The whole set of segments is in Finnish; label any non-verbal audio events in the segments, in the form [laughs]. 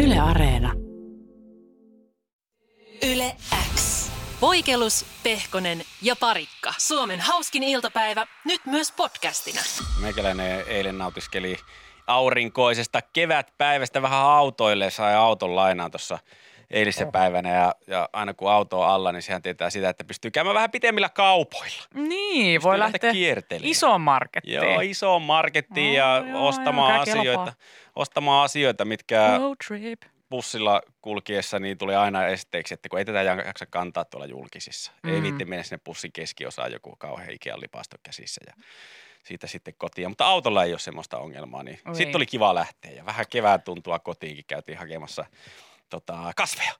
Yle Areena. Yle X. Voikelus, Pehkonen ja Parikka. Suomen hauskin iltapäivä, nyt myös podcastina. Meikäläinen eilen nautiskeli aurinkoisesta kevätpäivästä vähän autoille. Sai auton lainaan tuossa Oh. eilisen päivänä ja, ja, aina kun auto on alla, niin sehän tietää sitä, että pystyy käymään vähän pitemmillä kaupoilla. Niin, voi lähteä kiertelemään. iso marketti. Joo, iso markettiin ja Joo, joo, ostamaan, joo, kyllä asioita, kelpaa. ostamaan asioita, mitkä Road trip. bussilla kulkiessa niin tuli aina esteeksi, että kun ei tätä jaksa kantaa tuolla julkisissa. Mm. Ei Mm. viitti mennä sinne bussin keskiosaan joku kauhean Ikean lipasto käsissä ja siitä sitten kotiin. Mutta autolla ei ole semmoista ongelmaa, niin Oi. sitten oli kiva lähteä ja vähän kevään tuntua kotiinkin. Käytiin hakemassa tota, kasveja,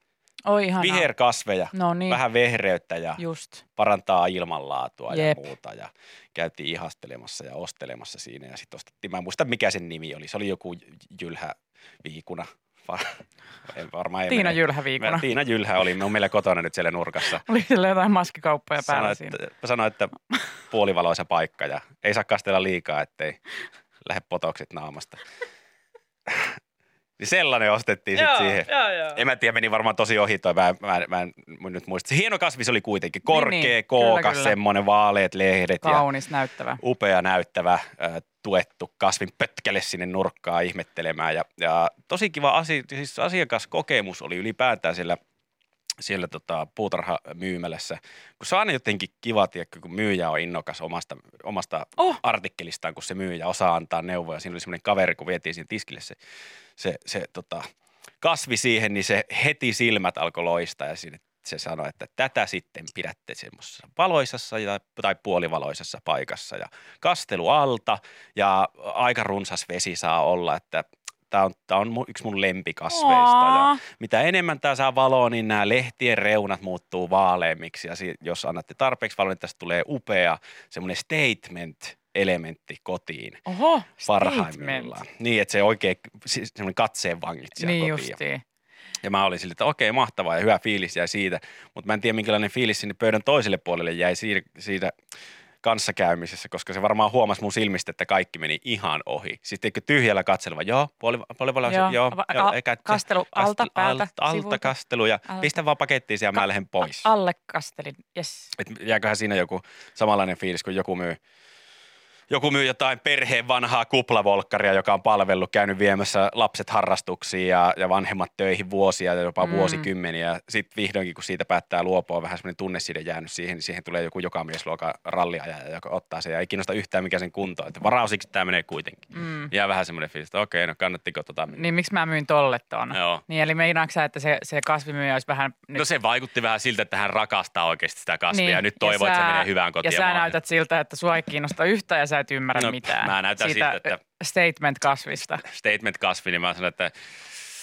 Oi ihanaa. viherkasveja, No niin, vähän vehreyttä ja just. parantaa ilmanlaatua Jep. Jep. ja muuta. Ja käytiin ihastelemassa ja ostelemassa siinä ja sitten ostettiin, mä en muista mikä sen nimi oli, se oli joku J- Jylhä Viikuna. Va- en varmaan ei Tiina mene- Jylhä Mä, viikona. Tiina Jylhä oli, me on meillä kotona nyt siellä nurkassa. [laughs] Oli sillä jotain maskikauppoja Sano, päällä siinä. että, sano, että puolivaloisa paikka ja ei saa kastella liikaa, ettei lähde potokset naamasta. [laughs] niin sellainen ostettiin sitten siihen. joo, joo. En mä tiedä, meni varmaan tosi ohi toi, mä, mä, mä en nyt muista. Se hieno kasvi se oli kuitenkin, korkea, niin, Niin, niin. niin. Kyllä, kookas, kyllä. semmoinen vaaleet lehdet ja Kaunis, näyttävä. upea näyttävä ö, tuettu kasvin pötkele sinne nurkkaan ihmettelemään. Ja, ja tosi kiva asi, siis asiakaskokemus oli ylipäätään siellä, siellä tota puutarhamyymälässä, kun se on aina jotenkin kiva, tiedätkö, kun myyjä on innokas omasta, omasta Oh, artikkelistaan, kun se myyjä osaa antaa neuvoja. Siinä oli semmoinen kaveri, kun vietiin sinne tiskille se, se, se tota, kasvi siihen, niin se heti silmät alkoi loistaa ja siinä se sanoi, että tätä sitten pidätte semmoisessa valoisessa ja, tai puolivaloisessa paikassa ja kastelu alta ja aika runsas vesi saa olla, että tämä on, tää on mu- yksi mun lempikasveista ja Aa, mitä enemmän tämä saa valoa, niin nämä lehtien reunat muuttuu vaaleammiksi. Ja si- jos annatte tarpeeksi valoa, niin tästä tulee upea semmoinen statement-elementti kotiin Oho, parhaimmillaan. Niin, että se oikein si- semmoinen katseen vangit siellä Niin kotiin. justiin. Ja mä olin silleen, että okei, mahtavaa ja hyvä fiilis jäi siitä. Mutta mä en tiedä, minkälainen fiilis sinne pöydän toiselle puolelle jäi siitä, siitä kanssakäymisessä, koska se varmaan huomasi mun silmistä, että kaikki meni ihan ohi. Sitten tyhjällä katseleva, joo, puoli, puoli, puoli joo, Joo, joo, va- joo a- eikä- Kastelu alta, Kastel- päältä, alt- alta sivulta. kastelu ja Alta. pistä vaan pakettiin ja Ka- mä lähden pois. A- alle kastelin, yes. Et jääköhän siinä joku samanlainen fiilis, kun joku myy, joku myy jotain perheen vanhaa kuplavolkkaria, joka on palvellut, käynyt viemässä lapset harrastuksiin ja, ja vanhemmat töihin vuosia ja jopa Mm. mm. vuosikymmeniä. Sitten vihdoinkin, kun siitä päättää luopua, vähän semmoinen tunneside jäänyt siihen, niin siihen tulee joku jokamiesluokan ralliajaja, joka ottaa sen ja ei kiinnosta yhtään mikä sen kunto. on. Että varausiksi tämä menee kuitenkin. Mm. Jää vähän semmoinen fiilis, että okei, no kannattiko tota mennä. Niin miksi mä myin tolle ton? Joo. Niin eli meinaatko sä, että se, se kasvimyyjä olisi vähän nyt No se vaikutti vähän siltä, että hän rakastaa oikeasti sitä kasvia Niin, ja nyt toivoo, että se menee hyvään kotiin. Ja sä näytät siltä, että sua ei kiinnosta yhtään ja sä et ymmärrä No, mitään. mä näytän siitä, siltä, että- statement-kasvista. statement kasvi, niin mä sanon, että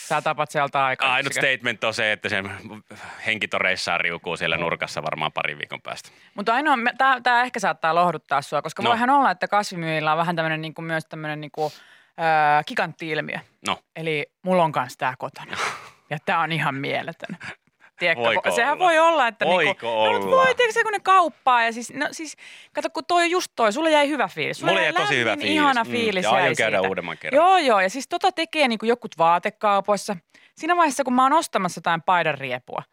Sä tapat sieltä aikaa. ainut statement on se, että sen henkitoreissaan riukuu siellä nurkassa varmaan parin viikon päästä. Mutta ainoa, tämä ehkä saattaa lohduttaa sua, koska No. no. voihan olla, että kasvimyyjillä on vähän tämmöinen niinku, myös tämmöinen niinku, ää, gigantti-ilmiö. No. Eli mulla on kanssa tämä [laughs] kotona. ja tämä on ihan mieletön. Tiedätkö, Voiko kun- sehän olla? voi olla, että Voiko niinku, No, olla? mutta voi, tiedätkö, sä, kun ne kauppaa ja siis, no siis, kato kun toi on just toi, sulle jäi hyvä fiilis. Sulle Mulla jäi tosi hyvä lämmin, fiilis. Ihana Mm, fiilis ja jäi aion käydä siitä. uudemman kerran. Joo, joo, ja siis tota tekee niinku jokut vaatekaupoissa. Siinä vaiheessa, kun mä oon ostamassa jotain paidan riepua,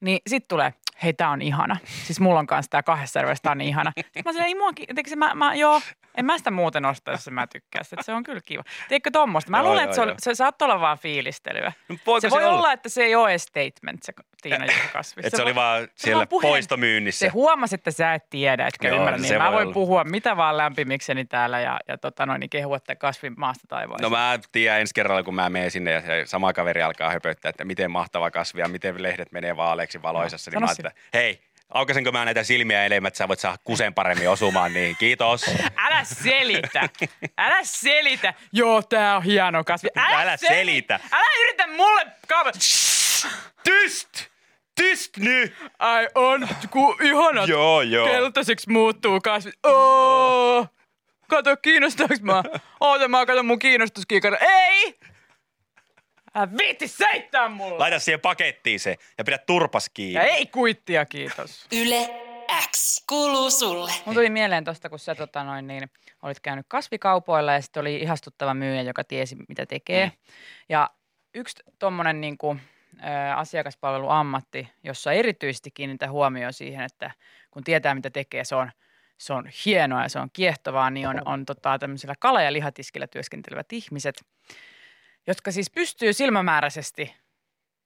niin sit tulee, hei tää on ihana. Siis mulla on kanssa tää kahdessa erilaisessa, tää on niin ihana. Sitten mä sanoin, ei muakin, se, mä, mä, joo, en mä sitä muuten osta, jos en mä tykkää sitä. että Se on kyllä kiva. Tiedätkö tommoista? Mä Joo, luulen, joo, että se, on, joo. se saattaa olla vaan fiilistelyä. No, voiko se, voi olla? että se ei ole edes statement, se Tiina Jyrkasvi. Että se, oli vaan siellä vaan puheen- poistomyynnissä. Se huomasi, että sä et tiedä, etkä Joo, ymmärrä, se niin voi mä voin olla. puhua mitä vaan lämpimikseni täällä ja, ja tota noin, niin kehua tämän kasvin maasta taivaaseen. No mä tiedän ensi kerralla, kun mä menen sinne ja se sama kaveri alkaa höpöttää, että miten mahtava kasvi ja miten lehdet menee vaaleiksi valoisassa, Joo, niin mä No, sano ajattelin, että hei, aukaisenko mä näitä silmiä enemmän, että sä voit saada kusen paremmin osumaan, niin [laughs] kiitos. Älä selitä. Älä selitä. Joo, tää on hieno kasvi. Älä, Älä seli- selitä. Älä yritä mulle kaapata. Tyst! Tyst nyt! Ai on, ku ihanat Joo, joo. keltaiseksi muuttuu kasvit. Oo. Kato, kiinnostaaks mä? Oota, mä katon mun kiinnostuskiikari. Ei! Älä viitti seittää mulle. Laita siihen pakettiin se ja pidä turpas Ja kiinni. ei kuittia, kiitos. Yle X. Kuuluu sulle. Mun tuli mieleen tuosta, kun sä tota noin, niin, olit käynyt kasvikaupoilla ja sitten oli ihastuttava myyjä, joka tiesi, mitä tekee. Ja yksi tuommoinen niin kuin, ö, asiakaspalveluammatti, jossa erityisesti kiinnitä huomioon siihen, että kun tietää mitä tekee, se on, se on hienoa ja se on kiehtovaa, niin on, on tota, tämmöisellä kala- ja lihatiskillä työskentelevät ihmiset, jotka siis pystyy silmämääräisesti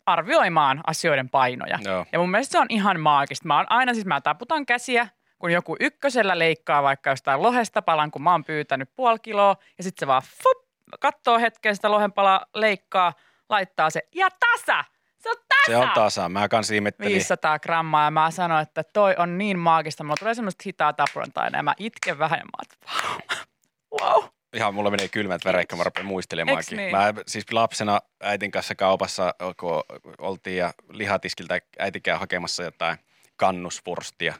arvioimaan asioiden painoja. Joo. Ja mun mielestä se on ihan maagista. Mä oon aina siis, mä taputan käsiä, kun joku ykkösellä leikkaa vaikka jostain lohesta palan, kun mä oon pyytänyt puoli kiloa, ja sitten se vaan fup, kattoo hetken sitä lohen palaa, leikkaa, laittaa se, ja tasa! Se on tasa! Se on tasa. Mä kans ihmettelin. 500 grammaa, ja mä sanoin, että toi on niin maagista. Mulla tulee semmoista hitaa taprontaa, ja mä itken vähän, ja mä oon, että wow, wow. Ihan mulla menee kylmät väreet, kun mä rupean muistelemaankin. Eiks niin? Mä siis lapsena äitin kanssa kaupassa, kun oltiin ja lihatiskiltä äitikään hakemassa jotain kannuspurstia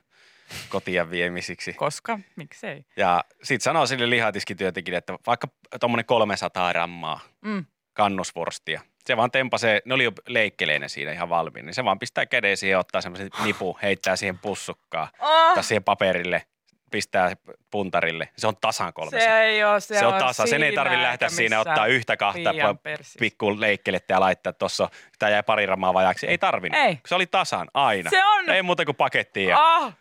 kotia viemisiksi. Koska, miksei? Ja sit sanoo sille lihatiskityöntekijälle, että vaikka tuommoinen 300 grammaa Mm. kannusvorstia. Se vaan tempasee, ne oli jo leikkeleinä siinä ihan valmiina, niin se vaan pistää käden siihen, ottaa semmoisen nipu, heittää siihen pussukkaan Oh, tai siihen paperille, pistää puntarille. Se on tasan kolmessa. se ei ole, se, se on on tasa. Sen ei siinä tarvitse lähteä eikä siinä missään ottaa yhtä kahta piian pa- persissä. pikku leikkelettä ja laittaa tuossa, tämä jäi pari ramaa vajaksi. Ei tarvinnut. Ei. Se oli tasan aina. Se on- Ei muuta kuin pakettiin ja Ah,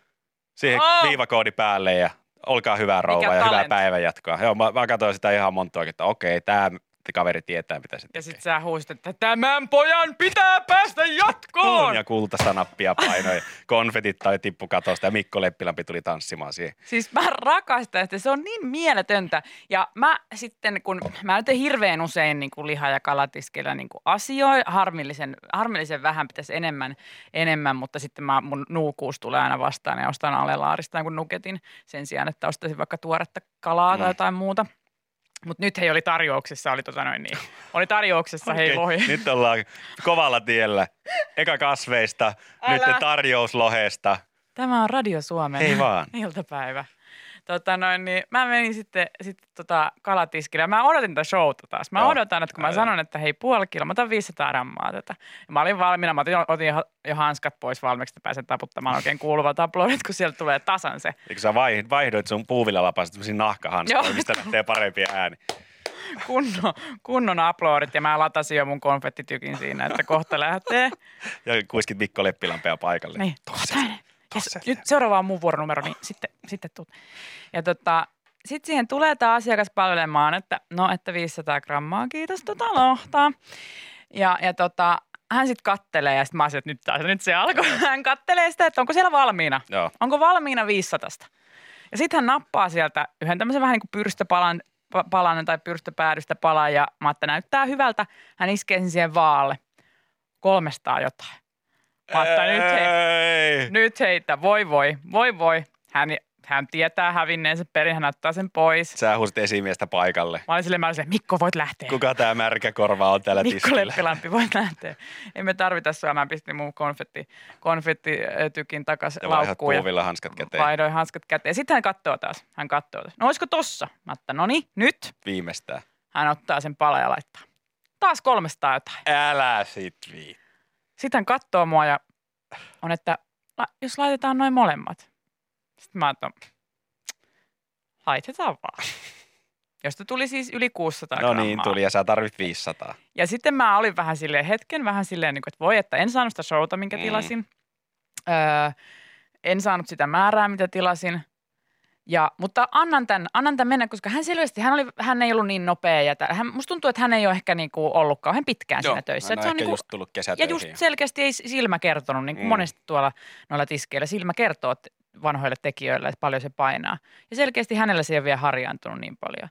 siihen Oh! viivakoodi päälle ja olkaa hyvä rouva ja hyvää talentti. päivänjatkoa. Joo, mä, mä katsoin sitä ihan monta oikein, että okei, tämä kaveri tietää, mitä se tekee. ja sit sä huusit, että tämän pojan pitää päästä jatkoon. On ja kultaista nappia painoi, konfetit tai tippu katosta ja Mikko Leppilampi tuli tanssimaan siihen. Siis mä rakastan sitä, se on niin mieletöntä. Ja mä sitten, kun mä nyt en hirveän usein niin kuin liha- ja kalatiskillä niin kuin asioi, harmillisen, harmillisen vähän pitäisi enemmän, enemmän mutta sitten mä, mun nuukuus tulee aina vastaan ja ostan alelaarista jonkun nuketin sen sijaan, että ostaisin vaikka tuoretta kalaa Mm. tai jotain muuta. Mutta nyt hei oli tarjouksessa, oli tota noin niin, oli tarjouksessa hei Okei, Niin. lohi. Nyt ollaan kovalla tiellä. Eka kasveista, Älä. nyt tarjouslohesta. Tämä on Radio Suomen Ei vaan. [laughs] iltapäivä. Tota noin, niin mä menin sitten, sitten tota kalatiskille. Mä odotin tätä showta taas. Mä Joo. odotan, että kun mä Aivan. sanon, että hei puoli kiloa, mä otan 500 grammaa tätä. Ja mä olin valmiina, mä otin, otin jo- jo hanskat pois valmiiksi, että pääsen taputtamaan oikein kuuluvat aplodit, kun sieltä tulee tasan se. Ja kun sä vaihdoit, vaihdoit sun puuvillalapasta tämmöisiin nahkahanskoihin, Joo. mistä lähtee parempi ääni. kunnon, kunnon aplodit ja mä latasin jo mun konfettitykin siinä, että kohta lähtee. Ja kuiskit Mikko Leppilampea paikalle. Niin, Tuo kohta se- ääneen. tuo Ja se- se, nyt seuraava on mun vuoronumero, niin sitten, sitten tuut. Ja tota, sitten siihen tulee tämä asiakas palvelemaan, että no, että 500 grammaa, kiitos tota lohtaa. Ja, ja tota, hän sitten kattelee ja sitten mä olisin, että nyt, taas, nyt se alkoi. [laughs] Hän kattelee sitä, että onko siellä valmiina. Joo. Onko valmiina 500? Ja sitten hän nappaa sieltä yhden tämmöisen vähän niin kuin pyrstöpalan pa- palan tai pyrstöpäädystä palan ja mä että näyttää hyvältä. Hän iskee sen siihen vaalle. 300 jotain. Mä että nyt hei, Ei. nyt heitä, voi voi, voi voi. Hän, hän tietää hävinneensä perin, hän ottaa sen pois. Sä huusit esimiestä paikalle. Mä olin silleen, mä olin silleen, Mikko voit lähteä. Kuka tää märkä korva on täällä Mikko tiskillä? Leppilampi voit lähteä. Ei me tarvita sua, mä pistin mun konfetti, konfettitykin takas Ja vaihdat laukkuun. puuvillahanskat käteen Vaihdoin hanskat käteen. Sitten hän katsoo taas. Hän katsoo taas. No olisiko tossa? Mä että no niin, nyt. viimeistään. Hän ottaa sen pala ja laittaa. Taas 300 jotain. Älä sit viit. Sitten hän katsoo mua ja on, että la- jos laitetaan noin molemmat. Sitten mä oon, että no, laitetaan vaan. Josta tuli siis yli 600 No grammaa. niin, tuli ja sä tarvit 500. Ja sitten mä olin vähän silleen hetken, vähän silleen, niin kuin, että voi, että en saanut sitä showta, minkä Mm. tilasin. Öö, en saanut sitä määrää, mitä tilasin. Ja, mutta annan tämän, annan tämän mennä, koska hän selvästi, hän, oli, hän ei ollut niin nopea. Ja tä- hän, musta tuntuu, että hän ei ole ehkä niinku ollut kauhean pitkään siinä töissä. hän Että on se on No ehkä niinku- just tullut ja kesätöihin. just selkeästi ei silmä kertonut, niin kuin Mm. mm. monesti tuolla noilla tiskeillä silmä kertoo te- vanhoille tekijöille, että paljon se painaa. Ja selkeästi hänellä se ei ole vielä harjaantunut niin paljon.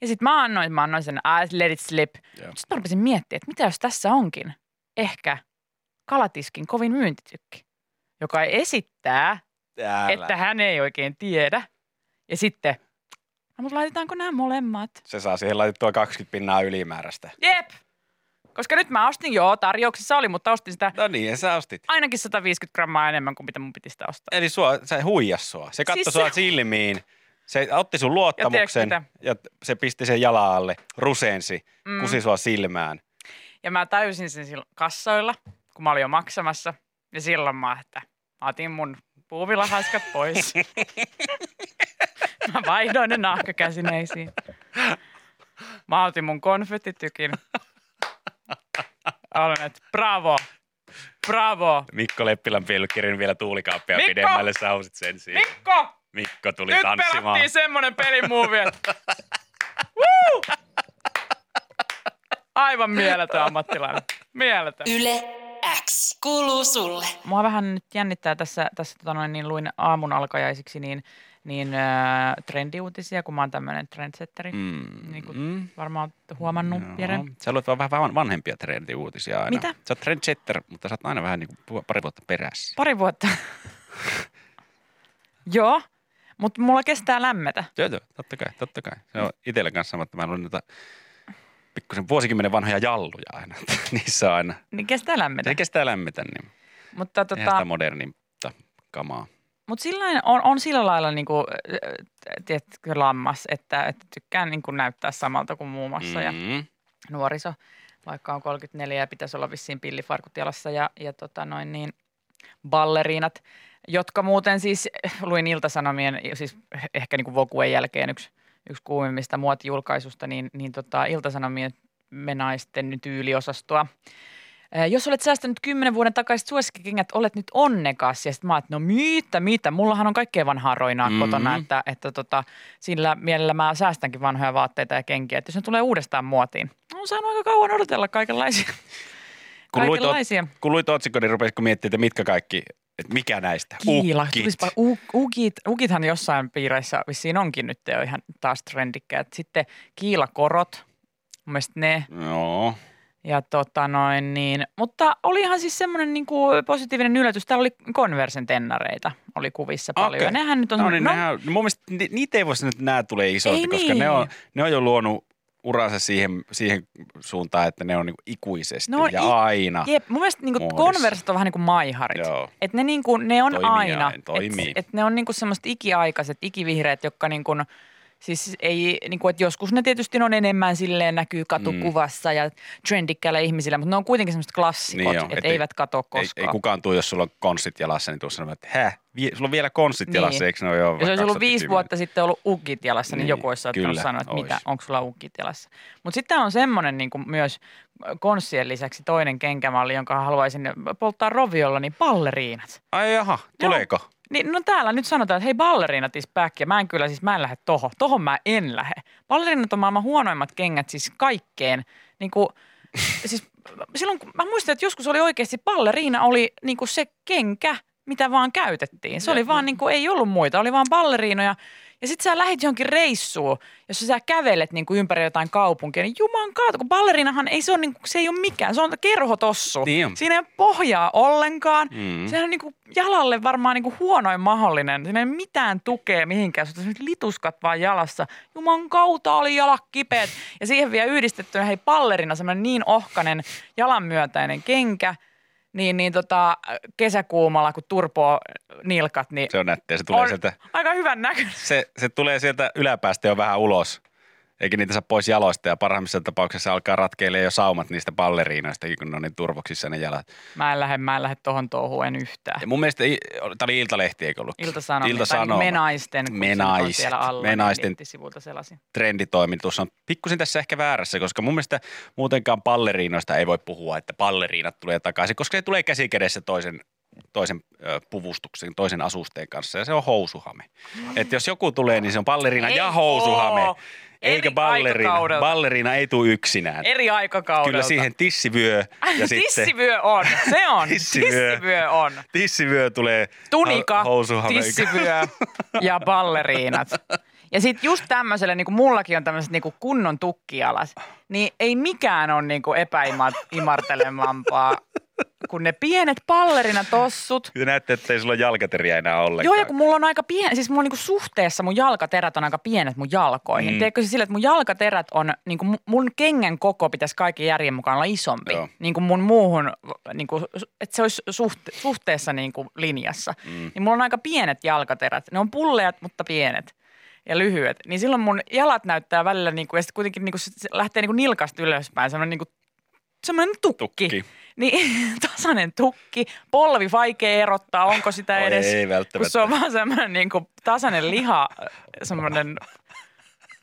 Ja sitten mä annoin, mä annoin sen ah, let it slip. Joo. Sitten mä rupesin miettimään, että mitä jos tässä onkin ehkä kalatiskin kovin myyntitykki, joka esittää, Älä. että hän ei oikein tiedä. Ja sitten, no mutta laitetaanko nämä molemmat? Se saa siihen laitettua 20 pinnaa ylimääräistä. Jep! Koska nyt mä ostin, joo, tarjouksessa oli, mutta ostin sitä No niin, ja sä ostit. ainakin 150 grammaa enemmän kuin mitä mun piti sitä ostaa. Eli sua, se huijas sua. Se katsoi Siis sua se- silmiin. Se otti sun Ja luottamuksen ja, tiedätkö se pisti sen jalan alle, rusensi, mm. Mm. kusi sua [laughs] silmään. Ja mä täysin sen silloin kassoilla, kun mä olin jo maksamassa. Ja silloin mä, että mä otin mun puuvilahaskat pois. mä vaihdoin ne nahkakäsineisiin. Mä otin mun konfettitykin. Almenet, bravo, bravo. Mikko Leppilän pilkkirin vielä tuulikaappia Mikko! pidemmälle, sä hausit sen siihen. Mikko, Mikko tuli nyt tanssimaan. pelattiin semmonen pelimuuvi, että Woo! Aivan mieletön ammattilainen. Mieletön. Yle X. Kuuluu sulle. Mua vähän nyt jännittää tässä, tässä tota noin, niin luin aamun alkajaisiksi niin, niin äh, trendiuutisia, kun mä oon tämmöinen trendsetteri. Mm. [laughs] Mm. Niin kuin mm. varmaan oot huomannut, no. Jere. Sä luet vaan vähän van- vanhempia trendiuutisia aina. Mitä? Sä oot trendsetter, mutta sä oot aina vähän niin kuin pari vuotta perässä. Pari vuotta. [laughs] Joo, mutta mulla kestää lämmetä. Joo, joo, totta kai, totta kai. Se Mm. on itsellä kanssa sama, että mä luen noita pikkusen vuosikymmenen vanhoja jalluja aina. [laughs] Niissä on aina. Niin kestää lämmetä. Se kestää lämmetä, niin Mutta tota... eihän sitä tota, modernimta kamaa. mut sillä on, on sillä lailla niinku, äh, tiedätkö, lammas, että, että tykkään niinku näyttää samalta kuin muun muassa. Mm. Ja Mm. nuoriso, vaikka on 34 ja pitäisi olla vissiin pillifarkut jalassa ja, ja tota noin niin, balleriinat, jotka muuten siis luin Iltasanomien, siis ehkä niin kuin Vokuen jälkeen yksi, yksi kuumimmista muotijulkaisusta, niin, niin tota Iltasanomien menaisten tyyliosastoa. Eh, Jos olet säästänyt kymmenen vuoden takaiset suosikkikengät, olet nyt onnekas. Ja sitten mä oon, että no mitä, mitä, mullahan on kaikkea vanhaa roinaa Mhm. mm-hmm. kotona, että, että tota, sillä mielellä mä säästänkin vanhoja vaatteita ja kenkiä. Että jos ne tulee uudestaan muotiin, no on saanut aika kauan odotella kaikenlaisia. Kun luit, o- kaikenlaisia. kun luit otsikon, niin rupesitko miettimään, että mitkä kaikki, että mikä näistä? Kiila. Ukkit. Tulispa, u, ukit, ukithan jossain piireissä vissiin onkin nyt jo ihan taas trendikkäät. Sitten kiilakorot, mun mielestä ne. Joo. Ja tota noin niin, mutta olihan siis semmoinen niinku positiivinen yllätys. Täällä oli Conversen tennareita, oli kuvissa paljon. Okei. Ja nehän nyt on, No niin, no. Nehän, no mun mielestä ni- niitä ei voi sanoa, että nämä tulee isolta, Ei koska niin. ne, on, ne on jo luonut uransa siihen, siihen suuntaan, että ne on niinku ikuisesti Ne on ja i- aina. jep, mun mielestä niinku Muodissa. Converset on vähän niin kuin maiharit. Joo. Et ne, niinku, ne on Toimii aina, aina, toimii. Et, et ne on niinku semmoiset ikiaikaiset, ikivihreät, jotka niinku, siis ei, niinku, et joskus ne tietysti on enemmän silleen näkyy Mm. katukuvassa ja trendikkäillä ihmisillä, mutta ne on kuitenkin semmoiset klassikot, Niin on, niin että et et ei- eivät kato Ei, koskaan. ei kukaan tuu, jos sulla on konstit jalassa, niin tuu sanomaan, että häh, vie, sulla on vielä konstit Niin. jalassa, eikö ne ole jo Jos olisi ollut viisi 2010? vuotta sitten ollut ukit jalassa, niin, Niin, niin joku olisi saattanut kyllä, sanoa, että ois. mitä, onko sulla ukit jalassa. Mutta sitten on semmoinen niin myös konssien lisäksi toinen kenkämalli, jonka haluaisin polttaa roviolla, niin balleriinat. Ai jaha, tuleeko? Niin, no täällä nyt sanotaan, että hei balleriinat is back, ja mä en kyllä siis, mä en lähde tohon. Tohon mä en lähde. Balleriinat on maailman huonoimmat kengät siis kaikkeen. Niin kuin, [laughs] siis silloin, kun, mä muistan, että joskus oli oikeasti balleriina oli niin kuin se kenkä, mitä vaan käytettiin. Se oli vaan niin kuin, ei ollut muita, oli vaan balleriinoja. Ja sit sä lähit johonkin reissuun, jos sä kävelet niin kuin ympäri jotain kaupunkia, niin juman kautta, kun balleriinahan ei se, on, niin kuin, se ei ole mikään, se on kerhotossu. Niin on. Siinä ei ole pohjaa ollenkaan. Mm. Sehän on niinku jalalle varmaan niinku huonoin mahdollinen. Siinä ei ole mitään tukea mihinkään. Sulla on sellaiset lituskat vaan jalassa. Juman kautta oli jalat kipeät. Ja siihen vielä yhdistettynä hei pallerina semmoinen niin ohkanen jalanmyötäinen kenkä. Niin, niin tota, kesäkuumalla, kun turpoo nilkat, niin Se on nättiä, se tulee, on sieltä, aika hyvän näköinen. se, se tulee sieltä yläpäästä jo vähän ulos. Eikä niitä saa pois jaloista ja parhaimmissa tapauksessa alkaa ratkeilee jo saumat niistä balleriinoista, kun ne on niin turvoksissa ne jalat. Mä en lähde, mä en lähde tohon touhuun en yhtään. Ja mun mielestä, tämä oli Iltalehti eikö ollut? Ilta-Sanomat, Ilta-Sanomat. tai niin menaisten, kun Menaiset, se on siellä alla, menaisten. niin nettisivuilta sellaisin. trenditoimitus on pikkusin tässä ehkä väärässä, koska mun mielestä muutenkaan palleriinoista ei voi puhua, että palleriinat tulee takaisin, koska se tulee käsi kädessä toisen, toisen ö, puvustuksen, toisen asusteen kanssa ja se on housuhame. Että jos joku tulee, niin se on palleriina Ei ja housuhame, oo. eikä Eri balleriina. aikakaudelta. Balleriina ei tule yksinään. Eri aikakaudelta. Kyllä siihen tissivyö ja sitten Tissivyö on, se on. Tissivyö. Tissivyö, on. tissivyö tulee Tunika, hou- housuhame. tissivyö ja balleriinat. Ja sitten just tämmöiselle, niin kuin mullakin on tämmöiset niin kunnon tukkialas, niin ei mikään ole niin epäimartelemampaa kuin ne pienet ballerina-tossut. [laughs] Kyllä näette, että ei sulla ole jalkateriä enää ollenkaan. Joo, ja kun mulla on aika pieni, siis mulla on niinku suhteessa mun jalkaterät on aika pienet mun jalkoihin. Mm. Mm. Tiedätkö se sillä, että mun jalkaterät on, niinku mu- mun kengän koko pitäisi kaiken järjen mukaan olla isompi. Joo. Niinku mun muuhun, niinku, että se olisi suhte, suhteessa niinku linjassa. Mm. Mm. Niin mulla on aika pienet jalkaterät. Ne on pulleat, mutta pienet ja lyhyet. Niin silloin mun jalat näyttää välillä, niinku, ja sitten kuitenkin niinku, se se lähtee niinku nilkasta ylöspäin, semmoinen niinku, semmoinen tukki. Tukki. Niin, [laughs] tasainen tukki, polvi vaikea erottaa, onko sitä Oi, edes. ei Kun se välttämättä. on vaan semmoinen niin kuin tasainen liha, semmoinen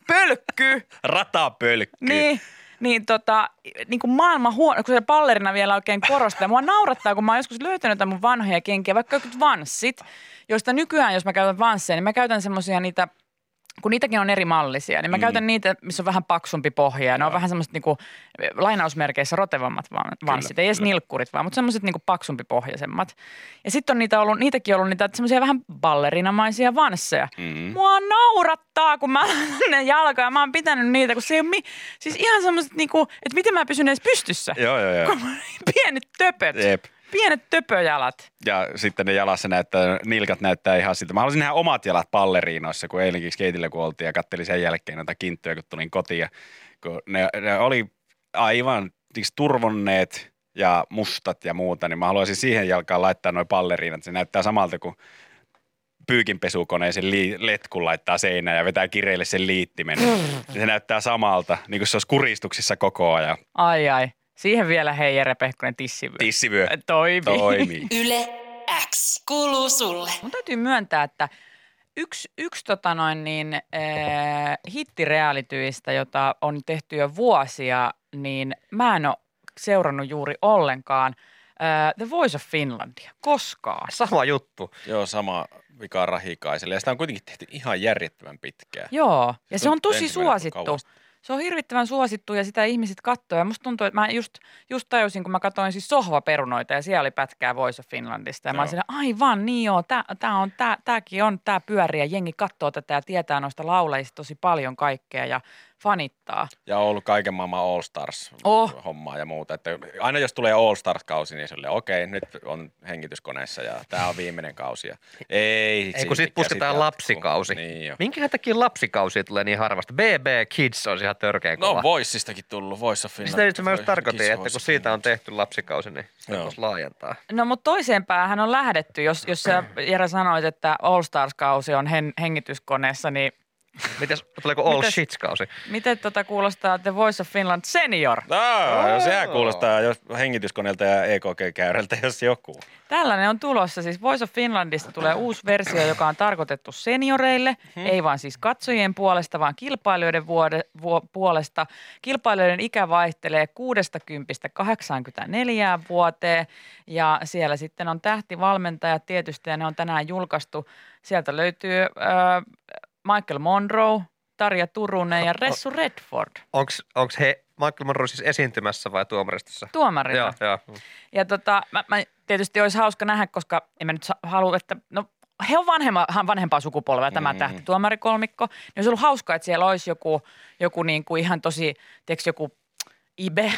pölkky. Ratapölkky. Niin, niin, tota, niin kuin maailman huono, kun se pallerina vielä oikein korostaa. Mua naurattaa, kun mä oon joskus löytänyt jotain mun vanhoja kenkiä, vaikka jotkut vanssit, joista nykyään, jos mä käytän vansseja, niin mä käytän semmoisia niitä kun niitäkin on eri mallisia, niin mä mm. käytän niitä, missä on vähän paksumpi pohja. Ja ne on vähän semmoiset niinku, lainausmerkeissä rotevammat vaan, vanssit, ei edes kyllä. nilkkurit vaan, mutta semmoiset niinku paksumpi pohjaisemmat. Ja sitten on niitä ollut, niitäkin ollut niitä semmoisia vähän ballerinamaisia vansseja. Mm. Mua naurattaa, kun mä laitan [laughs] ne jalkaan. Mä oon pitänyt niitä, kun se ei ole mi- Siis ihan semmoiset, niinku, että miten mä pysyn edes pystyssä. Joo, joo, joo. [laughs] Pienet töpöt. Jep. Pienet töpöjalat. Ja sitten ne jalassa näyttää, nilkat näyttää ihan siltä. Mä haluaisin nähdä omat jalat palleriinoissa, kun eilenkin skeitillä kun oltiin ja kattelin sen jälkeen noita kinttyjä, kun tulin kotiin. Ja kun ne, ne oli aivan siis turvonneet ja mustat ja muuta, niin mä haluaisin siihen jalkaan laittaa noin palleriinat. Se näyttää samalta kuin pyykinpesukoneen sen lii- letkun laittaa seinään ja vetää kireille sen liittimen. se näyttää samalta, niin kuin se olisi kuristuksissa koko ajan. Ai ai. Siihen vielä hei Jere Pehkonen tissivyö. Tissivyö Niin [laughs] Toimii. [laughs] toimii. Yle X kuuluu sulle. Mun täytyy myöntää, että yksi, yksi tota noin niin, äh, hittirealityistä, jota on tehty jo vuosia, niin mä en ole seurannut juuri ollenkaan äh, The Voice of Finlandia koskaan. Sama juttu. Joo, sama vika rahikaiselle. Ja sitä on kuitenkin tehty ihan järjettömän pitkään. Joo, ja se on Nyt tosi ensimmäinen suosittu. kauas. Se on hirvittävän suosittu ja sitä ihmiset katsoo. Ja musta tuntuu, että mä just, just tajusin, kun mä katsoin siis sohvaperunoita ja siellä oli pätkää Voice of Finlandista. Ja mä Joo. olin siellä, aivan niin joo, tää, tää on, tää, tääkin on, tää pyörii ja jengi katsoo tätä ja tietää noista laulajista tosi paljon kaikkea ja fanittaa. Ja on ollut kaiken maailman All Oh. Stars-hommaa ja muuta. Että aina jos tulee All Stars-kausi, niin se oli, okei, nyt on hengityskoneessa ja tämä on viimeinen kausi. Ja ei, Ei kun sit siltikään, pusketaan jatkuu. lapsikausi. Niin jo. Minkä takia lapsikausia tulee niin harvasta? BB Kids on ihan törkeä kova. Siis No Voiceistakin tullut, Voice of Finland. Sitä nyt mä just Voi- tarkoitin, Kiss että kun Voice of siitä on Finland. tehty lapsikausi, niin sitä Joo. voisi laajentaa. No mutta toiseen päähän on lähdetty, jos, jos sä Jere sanoit, että All Stars-kausi on hen, hengityskoneessa, niin Mites, tuleeko All Mitäs- Shits-kausi? miten tota kuulostaa The Voice of Finland Senior? Aa, Joo. no, sehän kuulostaa jos hengityskoneelta ja EKG-käyrältä, jos joku. Tällainen on tulossa. Siis Voice of Finlandista tulee uusi versio, joka on tarkoitettu senioreille, ei vaan siis katsojien puolesta, vaan kilpailijoiden vuode, vuo, puolesta. Kilpailijoiden ikä vaihtelee 60-84 vuoteen ja siellä sitten on tähtivalmentajat tietysti ja ne on tänään julkaistu. Sieltä löytyy äh, Michael Monroe, Tarja Turunen ja Ressu Redford Onks, onks he Michael Monroe siis esiintymässä vai tuomaristossa? tuomarina. Joo, joo. Ja tota, mä, mä tietysti olisi hauska nähdä, koska en mä nyt sa- halua, että no he on vanhemma, hän vanhempaa sukupolvea, tämä mm-hmm. tähtituomarikolmikko. Niin olisi ollut hauskaa, että siellä olisi joku, joku niin kuin ihan tosi, tiedätkö, joku ibe, [laughs]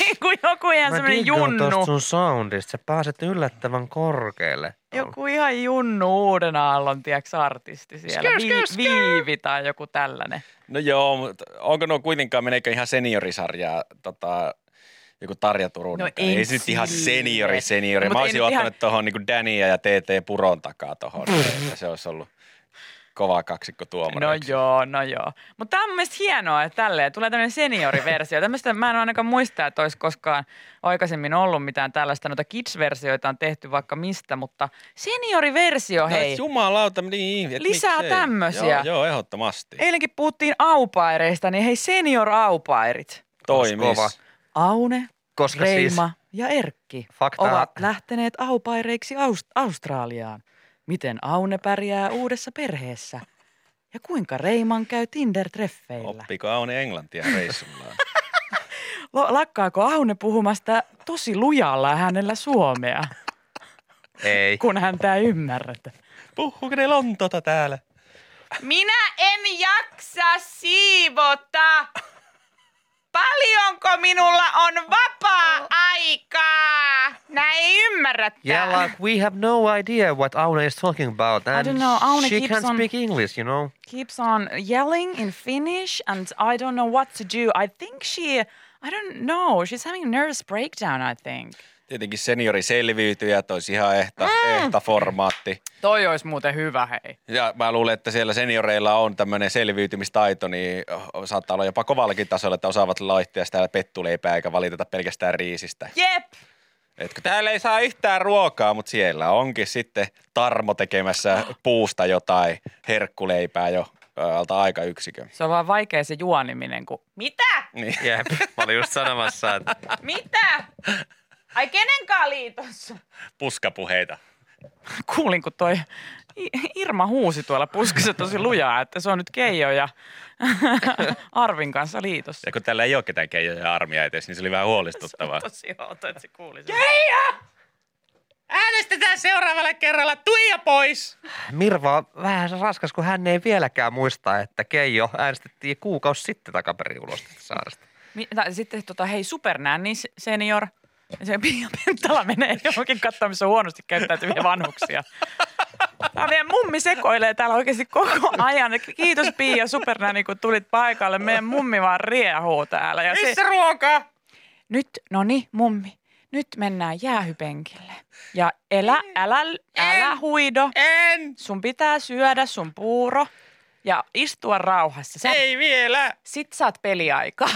niin kuin joku ihan semmoinen junnu. sun soundista, sä pääset yllättävän korkealle. Joku ihan junnu uuden aallon, tiedätkö, artisti siellä. Skär, Vi- skär, skär. viivi tai joku tällainen. No joo, mutta onko no kuitenkaan, meneekö ihan seniorisarjaa tota, joku Tarja Turunen? No en ei se nyt ihan sille. seniori, seniori. No, No, mutta Mä olisin ei nyt ottanut ihan- ihan... tuohon niin Dania ja TT Puron takaa tuohon. [laughs] että se olisi ollut kova kaksikko No tuomariksi. joo, no joo. Mutta tämä on mun mielestä hienoa, että tälleen tulee tämmöinen senioriversio. Tämmöistä mä en ole ainakaan muista, että olisi koskaan aikaisemmin ollut mitään tällaista. Noita kids-versioita on tehty vaikka mistä, mutta senioriversio, No, hei. No jumalauta, niin. et Lisää miksei. tämmösiä. Joo, joo, ehdottomasti. Eilenkin puhuttiin aupaireista, niin hei senior-aupairit. Toimis. Kova. Aune, Koska Reima siis ja Erkki Fakta- ovat lähteneet aupaireiksi Aus- Australiaan. Miten Aune pärjää uudessa perheessä? Ja kuinka Reiman käy Tinder-treffeillä? Oppiko Auni englantia reissullaan? Lo- Lakkaako Aune puhumasta tosi lujalla hänellä suomea, ei. kun häntä ei ymmärretä? [laughs] Puhuuko ne lontota täällä? Minä en jaksa siivota. Paljonko minulla on vapaa-aikaa? Nää ei ymmärrä Yeah, like we have no idea what Aune is talking about. And don't know, Aune she keeps can't on- speak English, you know. Keeps on yelling in Finnish and I don't know what to do. I think she... I don't know. She's having a nervous breakdown, I think. Tietenkin seniori selviytyjät olisi ihan ehta, mm. ehta formaatti. Toi olisi muuten hyvä, hei. Ja mä luulen, että siellä senioreilla on tämmöinen selviytymistaito, niin oh, saattaa olla jopa kovallakin tasolla, että osaavat laittaa sitä pettuleipää eikä valiteta pelkästään riisistä. Jep! Et kun täällä ei saa yhtään ruokaa, mutta siellä onkin sitten Tarmo tekemässä puusta jotain herkkuleipää jo ö, alta aikayksikön. Se on vaan vaikea se juoniminen, kun... Mitä? Niin. Jep, mä olin just sanomassa, että Mitä? Ai kenenkaan liitossa? Puskapuheita. Kuulin, kun toi I- Irma huusi tuolla puskassa tosi lujaa, että se on nyt Keijo ja [laughs] Arvin kanssa liitossa. Ja kun tällä ei ole ketään keijoja ja armia edes, niin se oli vähän huolestuttavaa. Tosi outo, että se kuuli sen. Äänestetään seuraavalla kerralla tuija pois! Mirva on vähän raskas, kun hän ei vieläkään muista, että Keijo äänestettiin kuukausi sitten takaperin ulos tästä saaresta. Mi- tai sitten tota, hei supernänni se- senior. Ja se Pia Penttala menee johonkin katsomaan, missä on huonosti käyttäytyviä vanhuksia. Tämä meidän mummi sekoilee täällä oikeasti koko ajan. Kiitos Pia supernäni, kun tulit paikalle. Meidän mummi vaan riehuu täällä. Ja se, ruoka? nyt, no niin, mummi, nyt mennään jäähypenkille. Ja elä, älä, älä huido. En! Sun pitää syödä sun puuro ja istua rauhassa. Sä, Ei vielä! sit saat peliaikaa.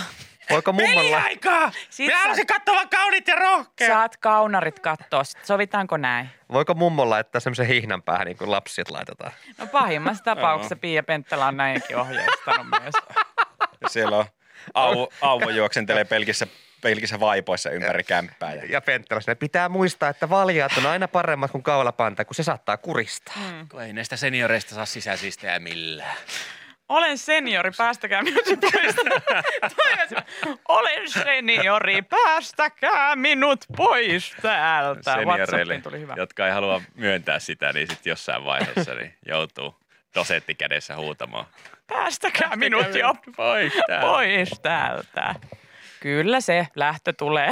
Voiko mummolla, Peliaikaa! Sit Minä sä- haluaisin katsoa vaan kaunit ja rohkeat! Saat kaunarit katsoa. Sit Sovitaanko näin? voiko mummolla laittaa semmoisen hihnan päähän, niin kuin lapset laitetaan? No [laughs] pahimmassa tapauksessa Pia Penttälä on näinkin ohjeistanut [laughs] myös. Siellä on auvo, auvo juoksentelee pelkissä, pelkissä vaipoissa ympäri kämppää. Ja Ja Penttelä sinne, pitää muistaa, että valjaat on aina paremmat kuin kaulapanta, kun se saattaa kuristaa. Kun ei näistä senioreista saa sisäsiistejä millään. Olen seniori, päästäkää minut [laughs] pois. Toivon- Olen seniori, päästäkää minut pois täältä. senioreille, WhatsAppiin tuli hyvä. jotka ei halua myöntää sitä, niin sitten jossain vaiheessa niin joutuu dosetti kädessä [laughs] huutamaan. Päästäkää minut jo Pois täältä. No, pois täältä. Kyllä se lähtö [laughs] tulee.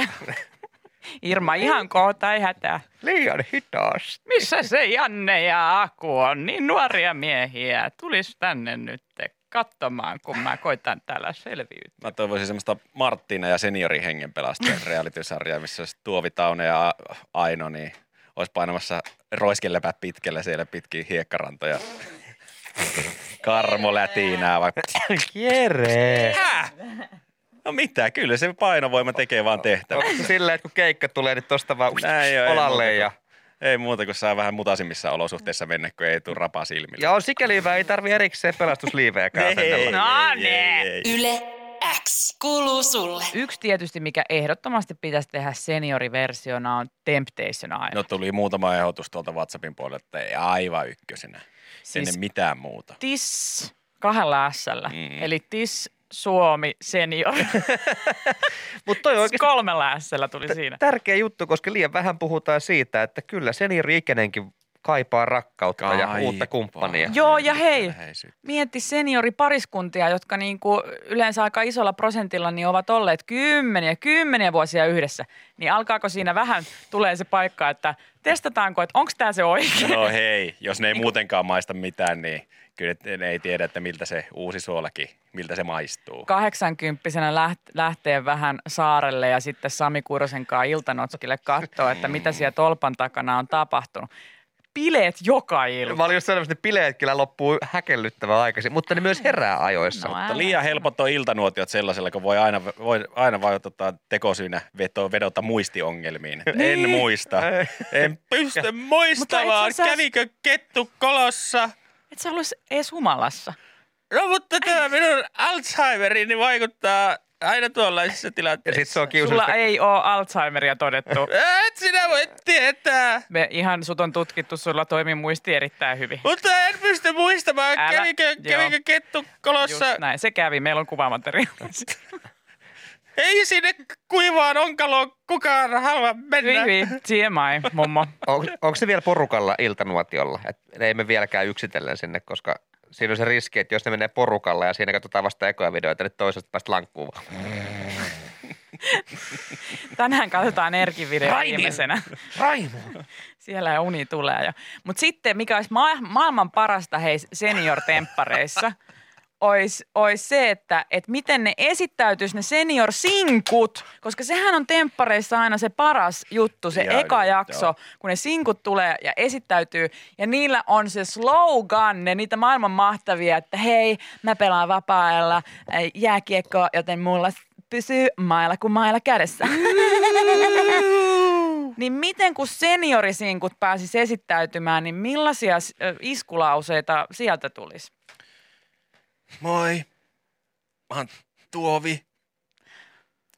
Irma ihan kohta, ei hätää. Liian hitaasti. Missä se Janne ja Aku on? Niin nuoria miehiä. Tulis tänne nyt katsomaan, kun mä koitan täällä selviytyä. Mä toivoisin semmoista Marttina ja seniori hengen [laughs] pelastajan reality-sarjaa, missä olisi Tuovi Taune ja A- Aino, niin olisi painamassa roiskelepät pitkällä siellä pitkin [laughs] hiekkarantoja. Karmo lätinää vai... Jere. Häh? No mitä, kyllä se painovoima tekee vaan tehtävä. Onko se silleen, että kun keikka tulee, niin tosta vaan Näin jo, ei muuta olalle kuin- ja... Ei muuta kuin saa vähän mutasimmissa olosuhteissa mennä, kun ei tule rapa silmille. Ja on sikäli hyvä, ei tarvi erikseen pelastusliivejäkään asennella. No niin. ei, ei. Yle X kuuluu sulle. Yksi tietysti, mikä ehdottomasti pitäisi tehdä senioriversiona on Temptation Island. No tuli muutama ehdotus tuolta WhatsAppin puolelle, että ei aivan ykkösenä. Sinne Siis- mitään muuta. TIS kahdella ässällä. Mm. Eli TIS Suomi seniori. Siis Mutta toi on oikeasti Kolmella ässällä tuli siinä. tärkeä juttu, koska liian vähän puhutaan siitä, että kyllä seniori-ikäinenkin kaipaa rakkautta ja uutta kumppania. Joo, ja hei. Läheisyyttä. Mietti senioripariskuntia, jotka niin kuin yleensä aika isolla prosentilla niin ovat olleet kymmeniä, kymmeniä vuosia yhdessä. Niin alkaako siinä vähän, tulee se paikka, että testataanko, että onko tämä se oikein? No hei, jos Niin ne ei muutenkaan maista mitään, niin kyllä ne ei tiedä, että miltä se uusi suolakin, miltä se maistuu. Kahdeksankymppisenä läht- lähtee vähän saarelle ja sitten Sami Kurosen kanssa iltanotskille katsoa, että mitä siellä tolpan takana on tapahtunut. Bileet joka ilta. Mä olin just sanomassa, että bileet kyllä loppuu häkellyttävän aikaisin, mutta ne myös herää ajoissa. No, No, älä. Mutta liian helpot on iltanuotiot sellaisella, kun voi aina, voi aina vaan tota, tekosyynä veto, vedota muistiongelmiin. Että En muista. En pysty Niin. Mutta itse asiassa- kettu kolossa. Et sä olisi edes humalassa. No mutta tämä minun Alzheimerini vaikuttaa aina tuollaisissa ja sit tilanteissa. se on Sulla kiusallista. ei ole Alzheimeria todettu. Et sinä voi tietää. Me ihan sut on tutkittu, sulla toimii muisti erittäin hyvin. Mutta en pysty muistamaan, Älä, kävikö- joo. kävikö kettu Just näin, se kävi. Meillä on kuvamateriaalia. Ei sinne kuivaan onkaloon kukaan halua Hyi mennä. hyi, TMI, mummo. On, onko se vielä porukalla iltanuotiolla? Et ne ei me vieläkään yksitellen sinne, koska siinä on se riski, että jos ne menee porukalla ja siinä katsotaan vasta ekoja videoita, niin toisesta päästä lankkuun vaan. Tänään katsotaan Erkin video viimeisenä. Raimo! Siellä uni tulee jo. Mutta sitten, mikä olisi ma- maailman parasta hei senior-temppareissa, olisi ois se, että et miten ne esittäytyisi ne senior-sinkut, koska sehän on temppareissa aina se paras juttu, se Jaa, eka joo, jakso, joo. kun ne sinkut tulee ja esittäytyy. Ja niillä on se slogan, ne niitä maailman mahtavia, että hei, mä pelaan vapaa-ajalla äh, jääkiekkoa, joten mulla s- pysyy mailla kuin mailla kädessä. [laughs] Niin miten kun seniorisinkut pääsis esittäytymään, niin millaisia s- ö, iskulauseita sieltä tulisi? Moi. Mä oon Tuovi.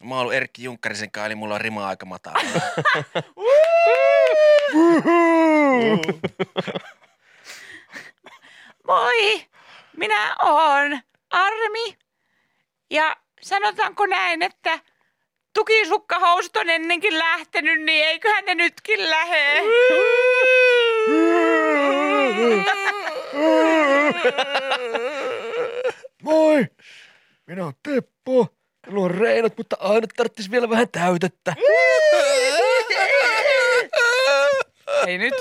Mä oon ollut Erkki Junkkarisen kanssa, eli mulla on rima aika [laughs] matala. Moi, minä oon Armi. Ja sanotaanko näin, että tukisukkahousut on ennenkin lähtenyt, niin eiköhän ne nytkin lähe. Moi! Minä oon Teppo. Minulla on reinot, mutta aina tarttis vielä vähän täytettä. Ei nyt.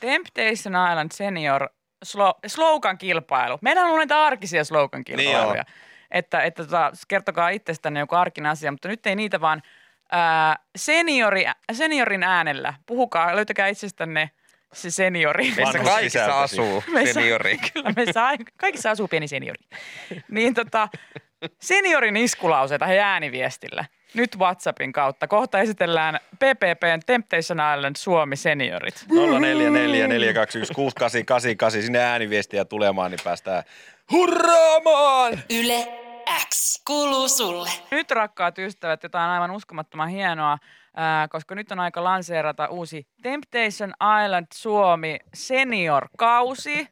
Temptation Island Senior slo- slogan kilpailu. Meillä on ollut näitä arkisia slogan kilpailuja. Niin että, että tota, kertokaa itsestänne joku arkinen asia, mutta nyt ei niitä vaan ää, seniori, seniorin äänellä. Puhukaa, löytäkää itsestänne se seniori. [laughs] Meissä Vanhus kaikissa sisältä siis. asuu Meissä- seniori. [laughs] Kyllä me saa, kaikissa asuu pieni seniori. [laughs] Niin tota, seniorin iskulauseita he ääniviestillä. Nyt WhatsAppin kautta. Kohta esitellään PPPn Temptation Island Suomi seniorit. 0444216888, sinne ääniviestiä tulemaan, niin päästään hurraamaan! Yle X. Kuuluu sulle. Nyt rakkaat ystävät, jotain aivan uskomattoman hienoa, ää, koska nyt on aika lanseerata uusi Temptation Island Suomi senior-kausi,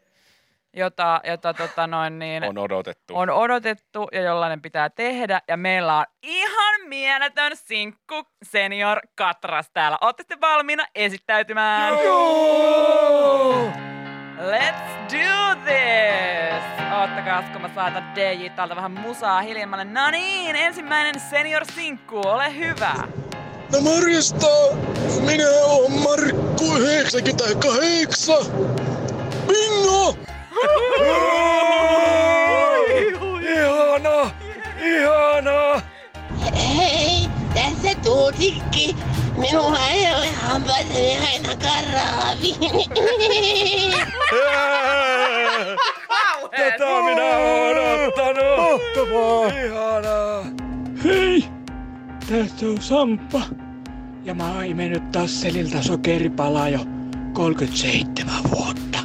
jota, jota tota noin niin, On odotettu. on odotettu ja jollainen pitää tehdä. Ja meillä on ihan mieletön sinkku senior Katras täällä. Ootte sitten valmiina esittäytymään? Joo! Let's do this! Oottakaa, kun mä saatan DJ täältä vähän musaa hiljemmalle. No niin, ensimmäinen senior sinkku, ole hyvä. No morjesta! Minä oon Markku 98! Bingo! Ihana! Ihana! Hei, tässä tuutikki. Minulla ei ole hampaita, niin ainakaan raavi. Tätä minä oon odottanut! Mahtavaa! Ihanaa! Hei! Tässä on Samppa. Ja mä oon imennyt Tasselilta sokeripalaa jo 37 vuotta.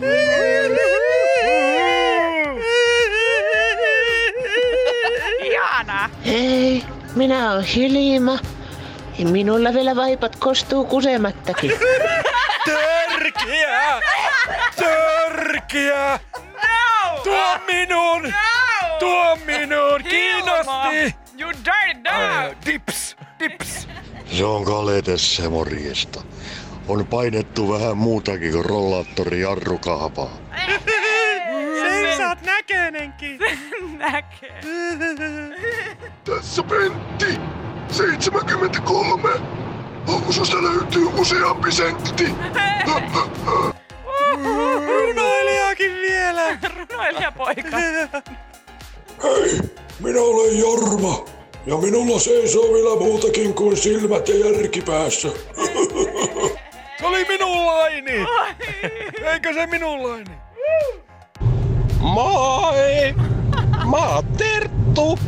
Ihanaa! Hei, minä oon Hilma. Ja minulla vielä vaipat kostuu kusemattakin. Törkiä! Törkiä! No! Tuo minun! No! Tuo minun! Kiinnosti! You dirty dog! Dips! Dips! Se on Kale tässä morjesta. On painettu vähän muutakin kuin rollaattori jarrukahvaa. Sen sä oot näköinenkin. [laughs] Näkee. Tässä Pentti! 73! Onko susta löytyy useampi sentti? Runoilijakin vielä! Runoilijapoika. Minä olen Jorma. Ja minulla seisoo vielä muutakin kuin silmät ja järki päässä. Se oli minun laini! Eikö se minun laini? Moi! Mä oon Terttu.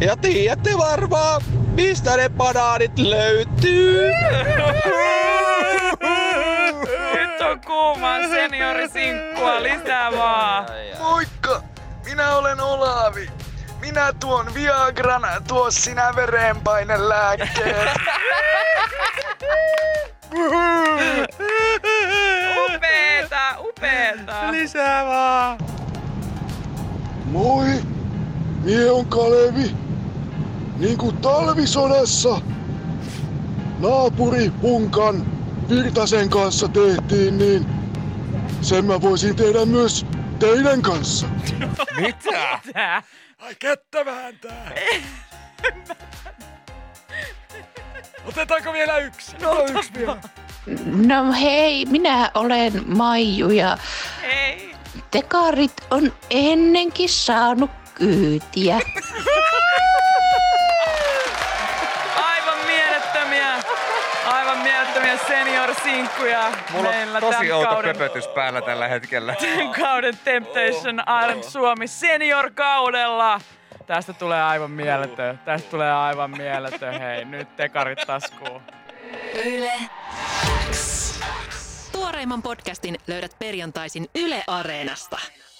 Ja tiedätte varmaan, mistä ne banaanit löytyy. Nyt on kuuma seniorinsinkkua, lisää vaan. Moikka! Minä olen Olavi. Minä tuon Viagran, tuo sinä verenpainelääkkeet. Upeeta, upeeta. Lisää vaan! Moi! Mie on Kalevi. Niin kuin talvisodassa. Naapuri Punkan Virtasen kanssa tehtiin, niin sen mä voisin tehdä myös teidän kanssa. Mitä? Tää. Ai kättä vääntää! [laughs] Otetaanko vielä yksi? No, yksi vielä. No hei, minä olen Maiju ja Hei. tekarit on ennenkin saanut kyytiä. Aivan mielettömiä. Aivan mielettömiä seniorsinkkuja Mulla meillä on tosi tämän outo kauden, köpötys päällä tällä hetkellä. tämän kauden Temptation Island Suomi seniorkaudella. Tästä tulee aivan mieletön. Tästä tulee aivan mieletön. Hei, nyt tekarit taskuun. Yle X. Tuoreimman podcastin löydät perjantaisin Yle Areenasta.